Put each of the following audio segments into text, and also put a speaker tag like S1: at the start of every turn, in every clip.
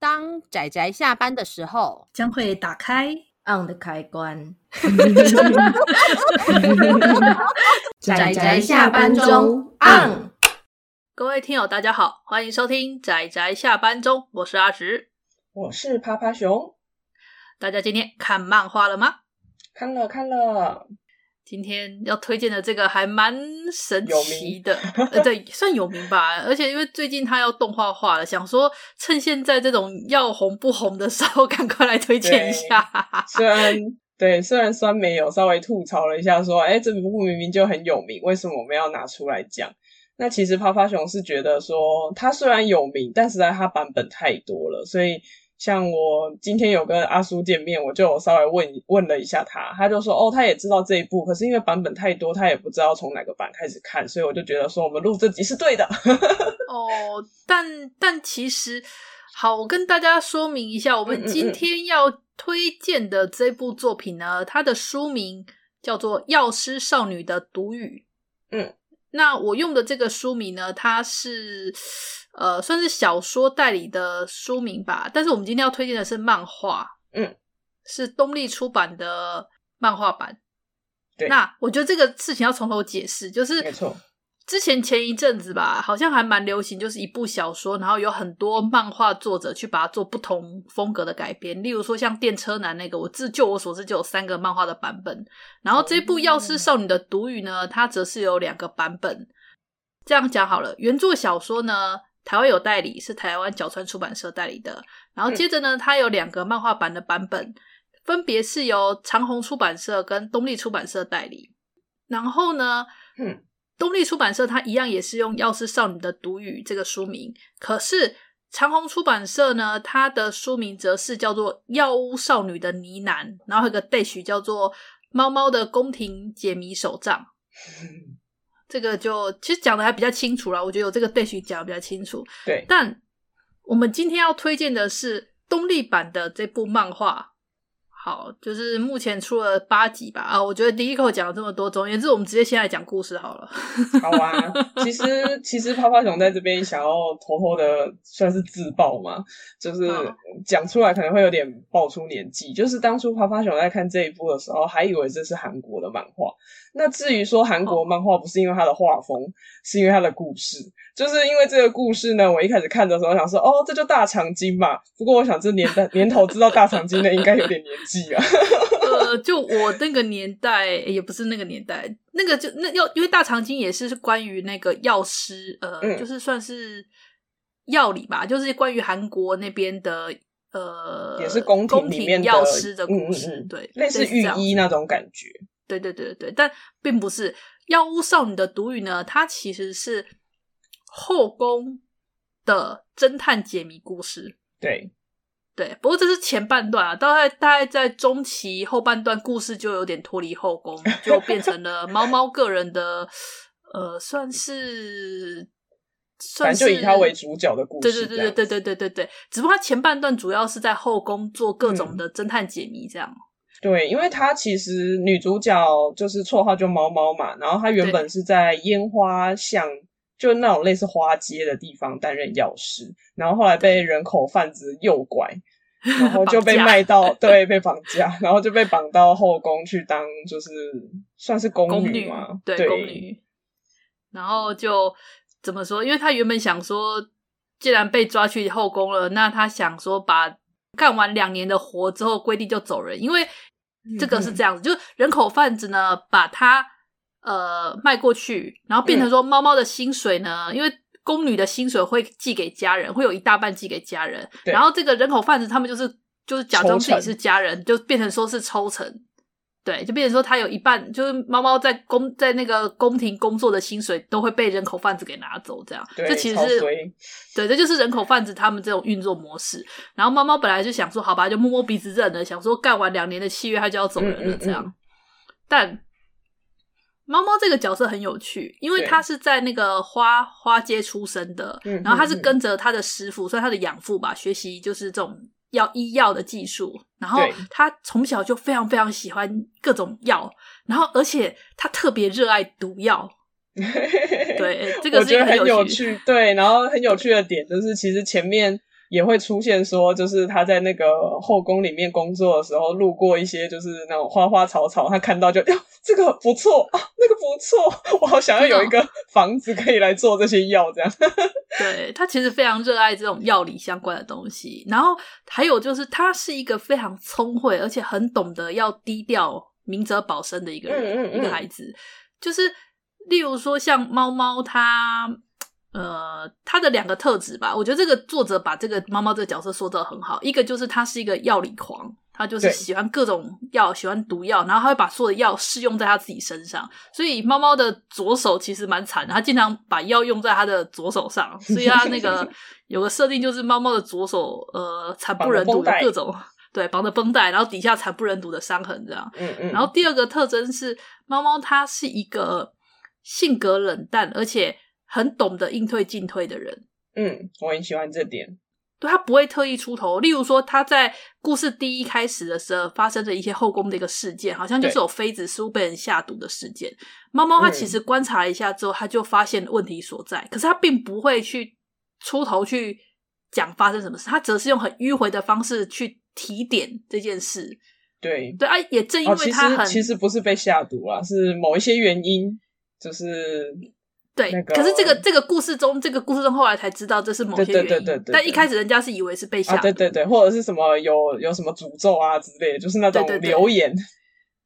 S1: 当仔仔下班的时候，
S2: 将会打开。
S3: on 的开 关。
S1: 宅宅
S2: 下班中
S3: on。
S4: 各位听友，大家好，欢迎收听《仔仔下班中》，我是阿直。
S5: 我是爬爬熊，
S4: 大家今天看漫画了吗？
S5: 看了看了，
S4: 今天要推荐的这个还蛮神
S5: 有
S4: 奇
S5: 名
S4: 的， 呃，对，算有名吧。而且因为最近它要动画化了，想说趁现在这种要红不红的时候，赶快来推荐一下。
S5: 虽然 对，虽然酸梅有稍微吐槽了一下，说，哎，这部明明就很有名，为什么我们要拿出来讲？那其实趴趴熊是觉得说，它虽然有名，但实在它版本太多了，所以像我今天有跟阿叔见面，我就有稍微问问了一下他，他就说，哦，他也知道这一部，可是因为版本太多，他也不知道从哪个版开始看，所以我就觉得说，我们录这集是对的。
S4: 哦，但但其实，好，我跟大家说明一下，我
S5: 嗯
S4: 们
S5: 嗯
S4: 今
S5: 嗯
S4: 天要推荐的这部作品呢，它的书名叫做《药师少女的毒语》。
S5: 嗯，
S4: 那我用的这个书名呢，它是呃算是小说代理的书名吧，但是我们今天要推荐的是漫画。
S5: 嗯，
S4: 是东立出版的漫画版。
S5: 对
S4: 那我觉得这个事情要从头解释，就是
S5: 没错，
S4: 之前前一阵子吧，好像还蛮流行，就是一部小说，然后有很多漫画作者去把它做不同风格的改编。例如说像《电车男》那个，我自就我所知就有三个漫画的版本。然后这部《药
S5: 哦
S4: 师少女的毒语》呢，它则是有两个版本。这样讲好了，原作小说呢，台湾有代理，是台湾角川出版社代理的。然
S5: 嗯
S4: 后接着呢，它有两个漫画版的版本，分别是由长虹出版社跟东立出版社代理。然后呢，
S5: 嗯，
S4: 东立出版社它一样也是用《药师少女的毒语》这个书名，可是长虹出版社呢，它的书名则是叫做《药屋少女的呢喃》，然后还有一个 dash 叫做《猫猫的宫廷解谜手账》。这个就其实讲的还比较清楚啦，我觉得有这个 dash 讲的比较清楚。
S5: 对，
S4: 但我们今天要推荐的是东立版的这部漫画。好，就是目前出了八集吧。啊，我觉得第一口讲了这么多，总而言之，我们直接先来讲故事 好了。
S5: 好啊，其实其实泡泡熊在这边想要偷偷的算是自爆嘛，就是
S4: 好
S5: 讲出来可能会有点爆出年纪。就是当初泡泡熊在看这一部的时候，还以为这是韩国的漫画。那至于说韩
S4: 哦
S5: 国漫画，不是因为它的画风，是因为它的故事。就是因为这个故事呢，我一开始看的时候想说，哦，这就大长今嘛。不过我想这年代年头知道大长今的应该有点年 纪啊。
S4: 呃，就我那个年代，诶也不是那个年代，那个就那要因为大长今也是关于那个药师，呃，
S5: 嗯
S4: 就是算是药理吧，就是关于韩国那边的，呃，
S5: 也是宫廷
S4: 宫
S5: 里
S4: 廷
S5: 面的
S4: 药师的
S5: 嗯
S4: 故事，
S5: 嗯嗯
S4: 对，
S5: 类似御
S4: 这样
S5: 医那种感觉，
S4: 对对对对对，但并不是《药屋少女的毒语》呢，它其实是后宫的侦探解谜故事。
S5: 对，
S4: 对，不过这是前半段啊，大概大概在中期后半段，故事就有点脱离后宫，就变成了猫猫个人的，呃，算是算
S5: 反
S4: 是
S5: 正就以他为主角的故
S4: 对
S5: 事。
S4: 对对
S5: 这样
S4: 对对对对对对，只不过它前半段主要是在后宫做各种
S5: 嗯
S4: 的侦探解谜这样。
S5: 对，因为她其实女主角就是绰号就猫猫嘛，然后她原本是在烟花巷，就那种类似花街的地方担任药师，然后后来被人口贩子诱 拐，然后就被
S4: 绑架
S5: 卖到对被绑架，然后就被绑到后宫去当就是算是宫
S4: 宫女
S5: 嘛，
S4: 对宫女。然后就怎么说？因为他原本想说，既然被抓去后宫了，那他想说把干完两年的活之后规定就走人，因为
S5: 嗯
S4: 这个是这样子，就是人口贩子呢把他呃卖过去，然后变成说猫猫的薪水呢，因为。宫女的薪水会寄给家人，会有一大半寄给家人。
S5: 对
S4: 然后这个人口贩子他们就是就是假装自己
S5: 抽成
S4: 是家人，就变成说是抽成，对，就变成说他有一半，就是猫猫在宫在那个宫廷工作的薪水都会被人口贩子给拿走，这样，
S5: 对
S4: 这其实
S5: 超
S4: 是
S5: 衰
S4: 对，这就是人口贩子他们这种运作模式。然后猫猫本来就想说，好吧，就摸摸鼻子认了，想说干完两年的契约，他就要走人了，
S5: 嗯嗯嗯
S4: 这样。但猫猫这个角色很有趣，因为
S5: 对
S4: 他是在那个花花街出生的，
S5: 嗯
S4: 然后他是
S5: 嗯嗯
S4: 跟着他的师傅，算他的养父吧，学习就是这种药医药的技术。然后
S5: 对
S4: 他从小就非常非常喜欢各种药，然后而且他特别热爱毒药。 对，这个
S5: 我
S4: 是一
S5: 觉
S4: 个
S5: 得很
S4: 有
S5: 有趣，对，然后很有趣的点就是，其实前面也会出现说，就是他在那个后宫里面工作的时候，路过一些就是那种花花草草，他看到就，呀，这个不错啊，那个不错，我好想要有一
S4: 哦
S5: 个房子可以来做这些药，这样。
S4: 对他其实非常热爱这种药理相关的东西，然后还有就是他是一个非常聪慧，而且很懂得要低调、明哲保身的一个人，
S5: 嗯嗯嗯
S4: 一个孩子。就是例如说像猫猫它，呃，它的两个特质吧，我觉得这个作者把这个猫猫这个角色说的很好，一个就是他是一个药理狂。他就是
S5: 对
S4: 喜欢各种药，喜欢毒药，然后他会把所有的药试用在他自己身上，所以猫猫的左手其实蛮惨的，它经常把药用在它的左手上，所以它那 个有个设定就是猫猫的左手呃惨不忍睹，
S5: 绑着绷带
S4: 有各种对绑着绷带，然后底下惨不忍睹的伤痕这样。
S5: 嗯嗯。
S4: 然后第二个特征是猫猫它是一个性格冷淡，而且很懂得应对进退的人。
S5: 嗯，我很喜欢这点。
S4: 对他不会特意出头。例如说，他在故事第一开始的时候发生的一些后宫的一个事件，好像就是有妃子似乎被人下毒的事件。猫猫它
S5: 嗯
S4: 其实观察了一下之后，它就发现问题所在，可是它并不会去出头去讲发生什么事，它则是用很迂回的方式去提点这件事。
S5: 对，
S4: 对啊，也正因
S5: 哦，
S4: 为
S5: 其实
S4: 它很、
S5: 其实不是被下毒啊，是某一些原因，就是
S4: 对，
S5: 那个
S4: 可是这个这个故事中，这个故事中后来才知道这是某些
S5: 对
S4: 原
S5: 对
S4: 因，
S5: 对对对对
S4: 但一开始人家是以为是被下
S5: 啊，
S4: 毒，
S5: 对对对，或者是什么有有什么诅咒啊之类的，就是那种
S4: 对对对
S5: 流言。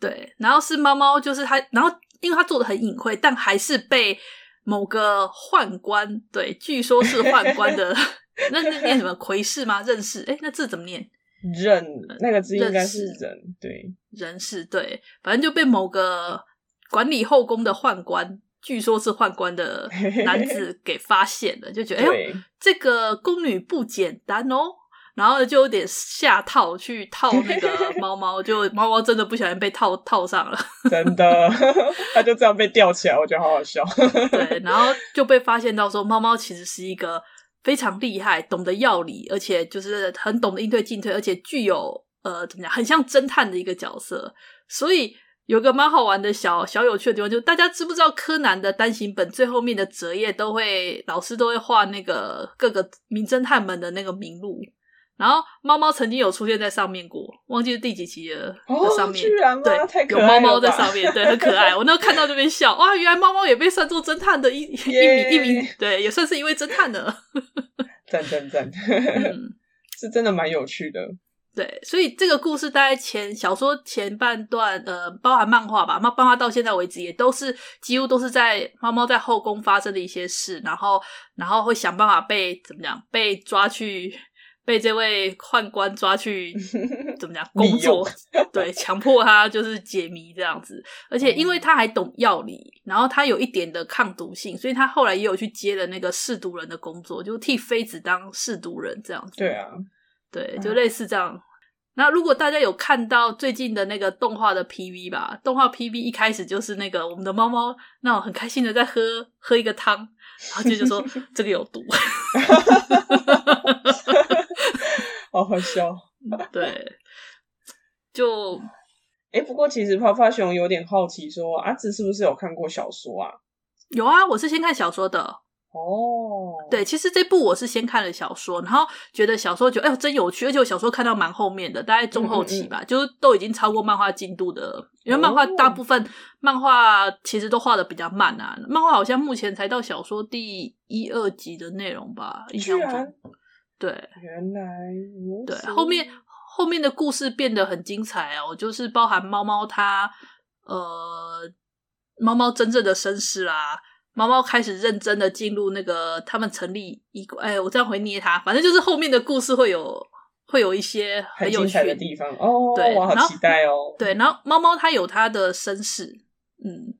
S4: 对，然后是猫猫，就是它，然后因为它做的很隐晦，但还是被某个宦官，对，据说是宦官 的，那那念什么魁氏吗？认识？哎，那字怎么念？
S5: 人那个字应该
S4: 呃认
S5: 是
S4: 识
S5: 人，对，
S4: 人氏对，反正就被某个管理后宫的宦官，据说是宦官的男子给发现了，就觉得哎呦
S5: 对，
S4: 这个宫女不简单哦。然后就有点下套去套那个猫猫，就猫猫真的不小心被套套上了。
S5: 真的， 他就这样被吊起来，我觉得好好笑。
S4: 对，然后就被发现到说，猫猫其实是一个非常厉害、懂得药理，而且就是很懂得应对进退，而且具有呃怎么讲，很像侦探的一个角色。所以有个蛮好玩的小小有趣的地方，就是大家知不知道柯南的单行本最后面的折页都会老师都会画那个各个名侦探们的那个名录。然后猫猫曾经有出现在上面过，忘记是第几集了。
S5: 哦
S4: 的上面，
S5: 居然吗
S4: 对，
S5: 太可
S4: 有
S5: 爱
S4: 猫
S5: 了
S4: 猫在
S5: 吧
S4: 上面，对，很可爱。我那时候看到就边笑，哇，原来猫猫也被算作侦探的一一名一名
S5: 耶，
S4: 对，也算是一位侦探的。
S5: 赞赞赞，
S4: 嗯，
S5: 是真的蛮有趣的。
S4: 对，所以这个故事大概前小说前半段，呃，包含漫画吧，漫漫画到现在为止也都是几乎都是在猫猫在后宫发生的一些事，然后然后会想办法被怎么讲被抓去。被这位宦官抓 去怎么讲工
S5: 利用
S4: 作？对，强迫他就是解谜这样子。而且
S5: 哦
S4: 因为他还懂药理，然后他有一点的抗毒性，所以他后来也有去接了那个试毒人的工作，就替妃子当试毒人这样子。
S5: 对啊，
S4: 对，
S5: 嗯
S4: 就类似这样。那如果大家有看到最近的那个动画的 PV 吧，动画 PV 一开始就是那个我们的猫猫那种很开心的在喝喝一个汤，然后就就说这个有毒，
S5: 好好笑。
S4: 对，就
S5: 哎，不过其实泡泡熊有点好奇说，阿紫是不是有看过小说啊？
S4: 有啊，我是先看小说的，
S5: 哦，
S4: 对，其实这部我是先看了小说，然后觉得小说觉得哎呦真有趣，而且我小说看到蛮后面的，大概
S5: 嗯
S4: 中后期吧，就是都已经超过漫画进度的，因为漫画
S5: 哦
S4: 大部分、漫画其实都画的比较慢啊，漫画好像目前才到小说第一二集的内容吧，印象
S5: 居然
S4: 中，对，
S5: 原来如
S4: 对
S5: 此，
S4: 后面后面的故事变得很精彩哦，就是包含猫猫它呃，猫猫真正的身世啦、猫猫开始认真的进入那个他们成立一个，哎，我这样会捏它，反正就是后面的故事会有会有一些
S5: 很
S4: 有
S5: 精
S4: 趣
S5: 彩的地方哦，
S4: 对
S5: 我好
S4: 然后
S5: 期待哦。
S4: 对，然后猫猫它有它的身世，嗯，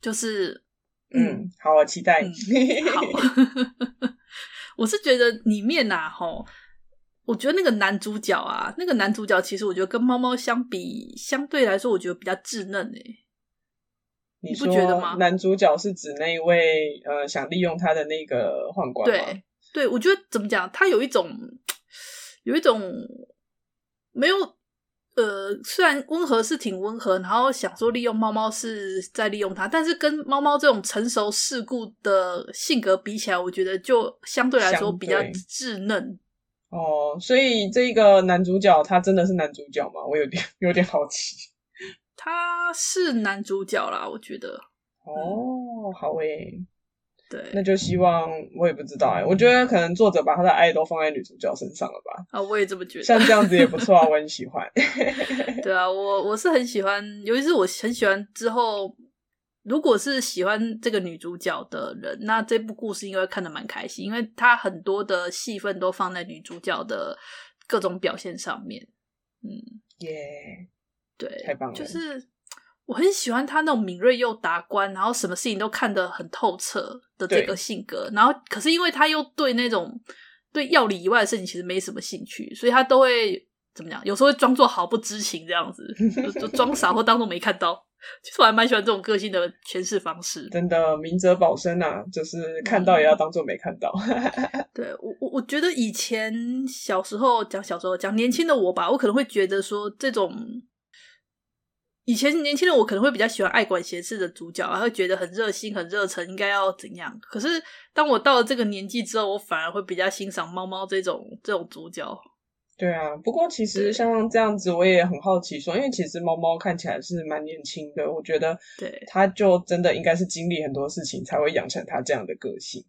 S4: 就是
S5: 嗯，好，我期 待。
S4: 好，我是觉得里面呐、啊，吼，我觉得那个男主角啊，那个男主角其实我觉得跟猫猫相比，相对来说我觉得比较稚嫩欸诶、
S5: 你
S4: 你不
S5: 说
S4: 觉得吗
S5: 男主角是指那一位呃想利用他的那个宦官吗？
S4: 对，对，我觉得怎么讲，他有一种有一种没有呃，虽然温和是挺温和，然后想说利用猫猫是在利用它，但是跟猫猫这种成熟世故的性格比起来，我觉得就相对来说
S5: 相
S4: 比较
S5: 对
S4: 稚嫩。
S5: 哦，所以这个男主角他真的是男主角吗？我有点 有点好奇。
S4: 他是男主角啦，我觉得。
S5: 哦，好诶，
S4: 对
S5: 那就希望我也不知道诶，欸我觉得可能作者把他的爱都放在女主角身上了吧，
S4: 啊，我也这么觉
S5: 像
S4: 得。
S5: 这样子也不错啊，我很喜欢。
S4: 对啊，我我是很喜欢，尤其是我很喜欢之后，如果是喜欢这个女主角的人，那这部故事应该看得蛮开心，因为他很多的戏份都放在女主角的各种表现上面。嗯，
S5: 耶、
S4: 对，
S5: 太棒了
S4: 就是我很喜欢他那种敏锐又达观，然后什么事情都看得很透彻的这
S5: 对
S4: 个性格。然后，可是因为他又对那种对药理以外的事情其实没什么兴趣，所以他都会怎么讲？有时候会装作毫不知情这样子，就就装傻或当做没看到。其实我还蛮喜欢这种个性的诠释方式。
S5: 真的明哲保身啊，就是看到也要当做没看到。
S4: 对我，我我觉得以前小时候讲小时候讲年轻的我吧，我可能会觉得说这种以前年轻人我可能会比较喜欢爱管闲事的主角，然后觉得很热心、很热忱，应该要怎样。可是当我到了这个年纪之后，我反而会比较欣赏猫猫这种这种主角。
S5: 对啊，不过其
S4: 对
S5: 实像这样子，我也很好奇说，因为其实猫猫看起来是蛮年轻的，我觉得
S4: 对
S5: 它就真的应该是经历很多事情才会养成它这样的个性。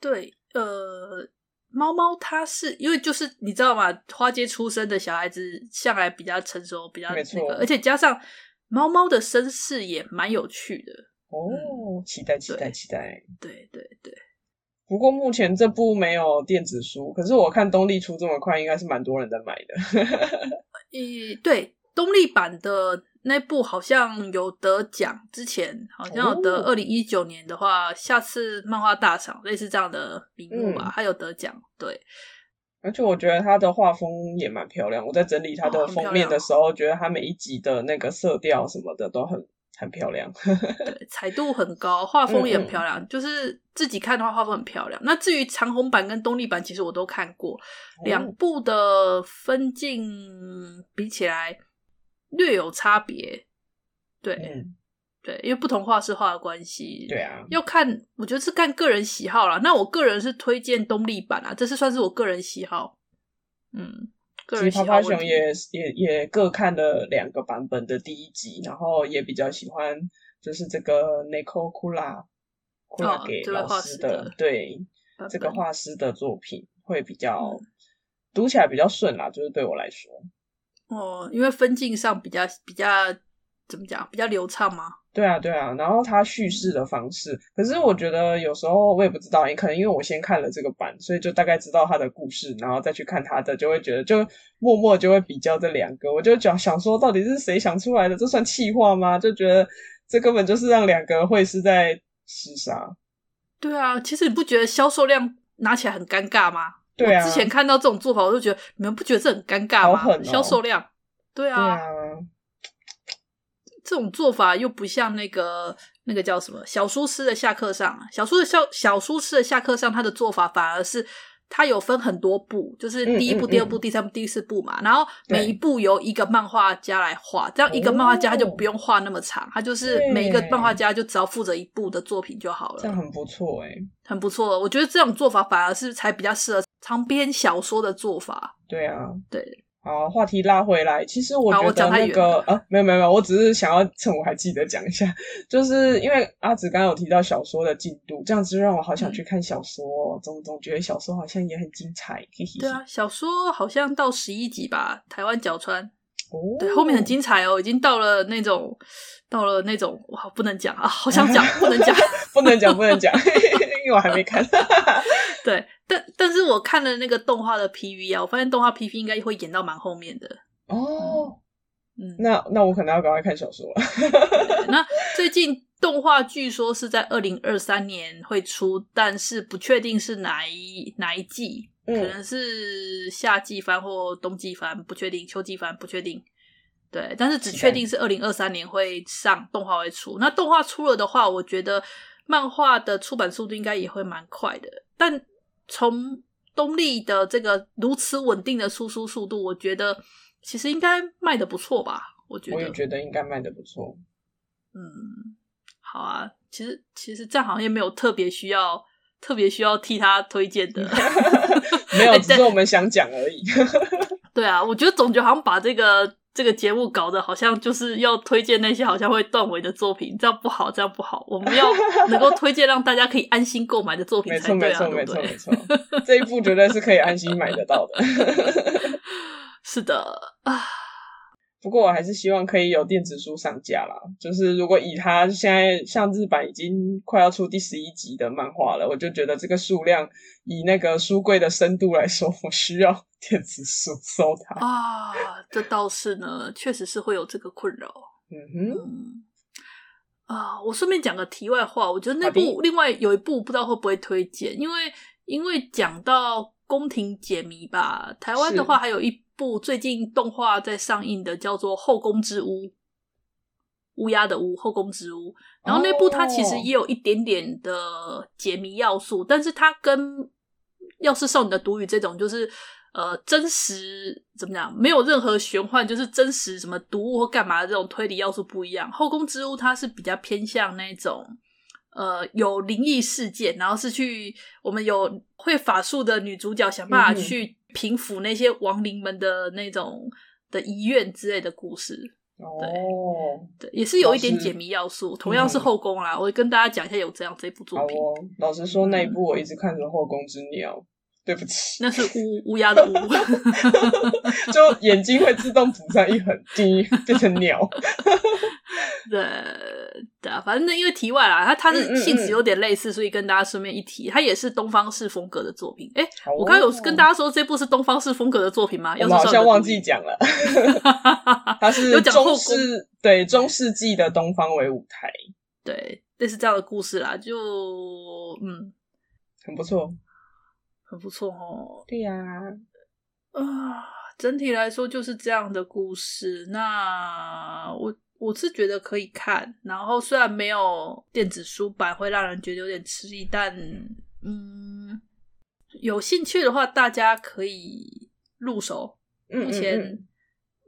S4: 对，呃，猫猫它是因为就是你知道吗？花街出生的小孩子向来比较成熟，比较
S5: 没
S4: 那
S5: 错
S4: 个，而且加上猫猫的身世也蛮有趣的。
S5: 哦，期待期待
S4: 对
S5: 期待。
S4: 对对对，
S5: 不过目前这部没有电子书，可是我看东立出这么快，应该是蛮多人在买的。
S4: 一对东立版的那部好像有得奖，之前好像有
S5: 哦
S4: 得二零一九年的话，下次漫画大赏类似这样的名目吧，
S5: 嗯
S4: 它有得奖。对，
S5: 而且我觉得它的画风也蛮漂亮。我在整理它
S4: 哦
S5: 的
S4: 很漂
S5: 封
S4: 亮
S5: 面的时候，觉得它每一集的那个色调什么的都很很漂亮。
S4: 对，彩度很高，画风也
S5: 嗯
S4: 很
S5: 嗯
S4: 漂亮，就是自己看的话，画风很漂亮。那至于长虹版跟东立版，其实我都看过，
S5: 哦
S4: 两部的分镜比起来略有差别。对、
S5: 嗯，
S4: 对，因为不同画师画的关系，
S5: 对啊，
S4: 要看，我觉得是看个人喜好啦。那我个人是推荐东立版啊，这是算是我个人喜好。嗯，个
S5: 其
S4: 人
S5: 实
S4: 喜
S5: 趴
S4: 好
S5: 趴
S4: 问
S5: 熊
S4: 题。
S5: 也也也各看了两个版本的第一集，然后也比较喜欢就是这个 Nico Kula
S4: 哦
S5: Kula 给
S4: 这位
S5: 老
S4: 画
S5: 师
S4: 师
S5: 的、
S4: 的
S5: 对
S4: 版
S5: 这个
S4: 本
S5: 画师的作品会比较、
S4: 嗯
S5: 读起来比较顺啦，就是对我来说，
S4: 哦，因为分镜上比较比较怎么讲，比较流畅嘛。
S5: 对啊，对啊，然后他叙事的方式，可是我觉得有时候我也不知道，也可能因为我先看了这个版，所以就大概知道他的故事，然后再去看他的，就会觉得就默默就会比较这两个，我就想想说，到底是谁想出来的？这算气话吗？就觉得这根本就是让两个会师在厮杀。
S4: 对啊，其实你不觉得销售量拿起来很尴尬吗？
S5: 对啊，
S4: 我之前看到这种做法，我就觉得你们不觉得这很尴尬
S5: 好
S4: 吗？
S5: 狠哦
S4: 销售量，对
S5: 对
S4: 啊，
S5: 啊，
S4: 这种做法又不像那个那个叫什么小书师的下课上，啊小书的小小书师的下课上，他的做法反而是他有分很多部，就是
S5: 嗯
S4: 第一部、
S5: 嗯
S4: 第二部、第三部、第四部嘛，然后
S5: 对
S4: 每一部由一个漫画家来画，这样一个漫画家他就不用画那么长，他就是
S5: 哦对
S4: 每一个漫画家就只要负责一部的作品就好
S5: 这样
S4: 了，
S5: 很不错欸诶、
S4: 很不错。我觉得这种做法反而是才比较适合长篇小说的做法。
S5: 对啊，
S4: 对。
S5: 好，话题拉回来，其实我
S4: 好
S5: 觉
S4: 我
S5: 得
S4: 讲太
S5: 那
S4: 远
S5: 个
S4: 了
S5: 啊，没有没有没有，我只是想要趁我还记得讲一下，
S4: 嗯
S5: 就是因为阿紫刚刚有提到小说的进度，这样子让我好想
S4: 嗯
S5: 去看小说哦、总总觉得小说好像也很精彩，嘿嘿。
S4: 对啊，小说好像到十一集吧，台湾角川。
S5: 哦，
S4: 对，后面很精彩哦，已经到了那种，到了那种，哇，不能讲啊，好想讲，不能 讲。
S5: 不能讲不 能讲，因为我还没看。
S4: 对，但但是我看了那个动画的 PV 啊，我发现动画 PV 应该会演到蛮后面的。
S5: 哦，
S4: 嗯，
S5: 那那我可能要赶快看小说了。
S4: 对那最近动画据说是在二零二三年会出，但是不确定是哪一哪一季，可
S5: 嗯
S4: 能是夏季番或冬季番，不确定，秋季番不确定。对，但是只
S5: 期待
S4: 确定是二零二三年会上动画会出。那动画出了的话，我觉得漫画的出版速度应该也会蛮快的。但从东立的这个如此稳定的输出速度，我觉得其实应该卖的不错吧？我觉
S5: 我也
S4: 得，
S5: 觉得应该卖的不错。
S4: 嗯，好啊。其实其实这样好像也没有特别需要特别需要替他推荐的。
S5: 没有，
S4: 哎
S5: 只是我们想讲而已。
S4: 对啊，我觉得总觉得好像把这个这个节目搞得好像就是要推荐那些好像会断尾的作品，这样不好，这样不好。我 们要能够推荐让大家可以安心购买的作品
S5: 没
S4: 才
S5: 错，没
S4: 对啊，
S5: 错，
S4: 对
S5: 没
S4: 不
S5: 错，没
S4: 对？
S5: 错，这一部绝对是可以安心买得到的。
S4: 是的啊，
S5: 不过我还是希望可以有电子书上架啦。就是如果以它现在像日版已经快要出第十一集的漫画了，我就觉得这个数量以那个书柜的深度来说，我需要 电子书收它。
S4: 啊，这倒是呢，确实是会有这个困扰。
S5: 嗯哼，
S4: 嗯，啊，我顺便讲个题外话，我觉得那
S5: 好
S4: 部另外有一部不知道会不会推荐，因为因为讲到宫廷解谜吧，台湾的
S5: 是
S4: 话还有一部最近动画在上映的，叫做《后宫之屋》。乌鸦的乌，后宫之屋。然后那部它其实
S5: 哦
S4: 也有一点点的解谜要素，但是它跟《要是少女的毒语》这种就是呃真实怎么讲，没有任何玄幻，就是真实什么毒物或干嘛的这种推理要素不一样。后宫之屋它是比较偏向那种呃有灵异事件，然后是去我们有会法术的女主角想办法
S5: 嗯哼
S4: 去平抚那些亡灵们的那种的遗愿之类的故事。
S5: 哦，
S4: 对，也是有一点
S5: 老师嗯
S4: 解谜要素，同样是后宫啦。我跟大家讲一下有这样这部作
S5: 好
S4: 品，
S5: 哦。老实说，那一部我一直看着《后宫之鸟》，对不起，
S4: 那是乌乌鸦的乌，
S5: 就眼睛会自动补上一横，进变成鸟。
S4: 对对啊，反正因为题外啦，它它
S5: 嗯嗯
S4: 是
S5: 嗯
S4: 性质有点类似，所以跟大家顺便一提，它也是东方式风格的作品。哎，
S5: 好哦
S4: 我刚刚有跟大家说这部是东方式风格的作品吗？
S5: 我
S4: 要
S5: 们
S4: 是少
S5: 好像
S4: 女的
S5: 忘
S4: 独
S5: 记
S4: 立，
S5: 讲了，它是
S4: 有讲后
S5: 中
S4: 宫
S5: 世对中世纪的东方为舞台，
S4: 对，类似这样的故事啦，就嗯，
S5: 很不错。
S4: 很不错哦。
S5: 对呀、
S4: 啊，整体来说就是这样的故事。那我我是觉得可以看，然后虽然没有电子书版会让人觉得有点吃力，但嗯，有兴趣的话大家可以入手。
S5: 嗯，
S4: 目
S5: 嗯嗯
S4: 前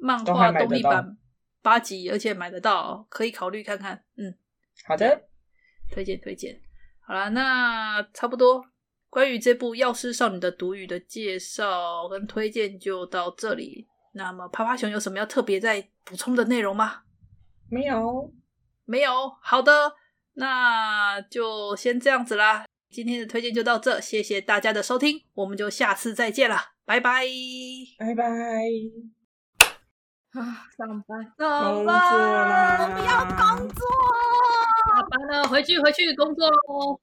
S4: 漫
S5: 都
S4: 画
S5: 还买
S4: 动
S5: 得
S4: 力
S5: 到
S4: 版八集，而且买得到，可以考虑看看。嗯，
S5: 好的，
S4: 推荐推荐。好啦，那差不多关于这部《药师少女的毒语》的介绍跟推荐就到这里。那么，趴趴熊有什么要特别再补充的内容吗？
S5: 没有，
S4: 没有。好的，那就先这样子啦。今天的推荐就到这，谢谢大家的收听，我们就下次再见啦，拜拜。
S5: 拜拜，
S1: 啊，上班
S5: 工作啦，
S1: 我不要工作。
S2: 下班了，回去回去工作喽。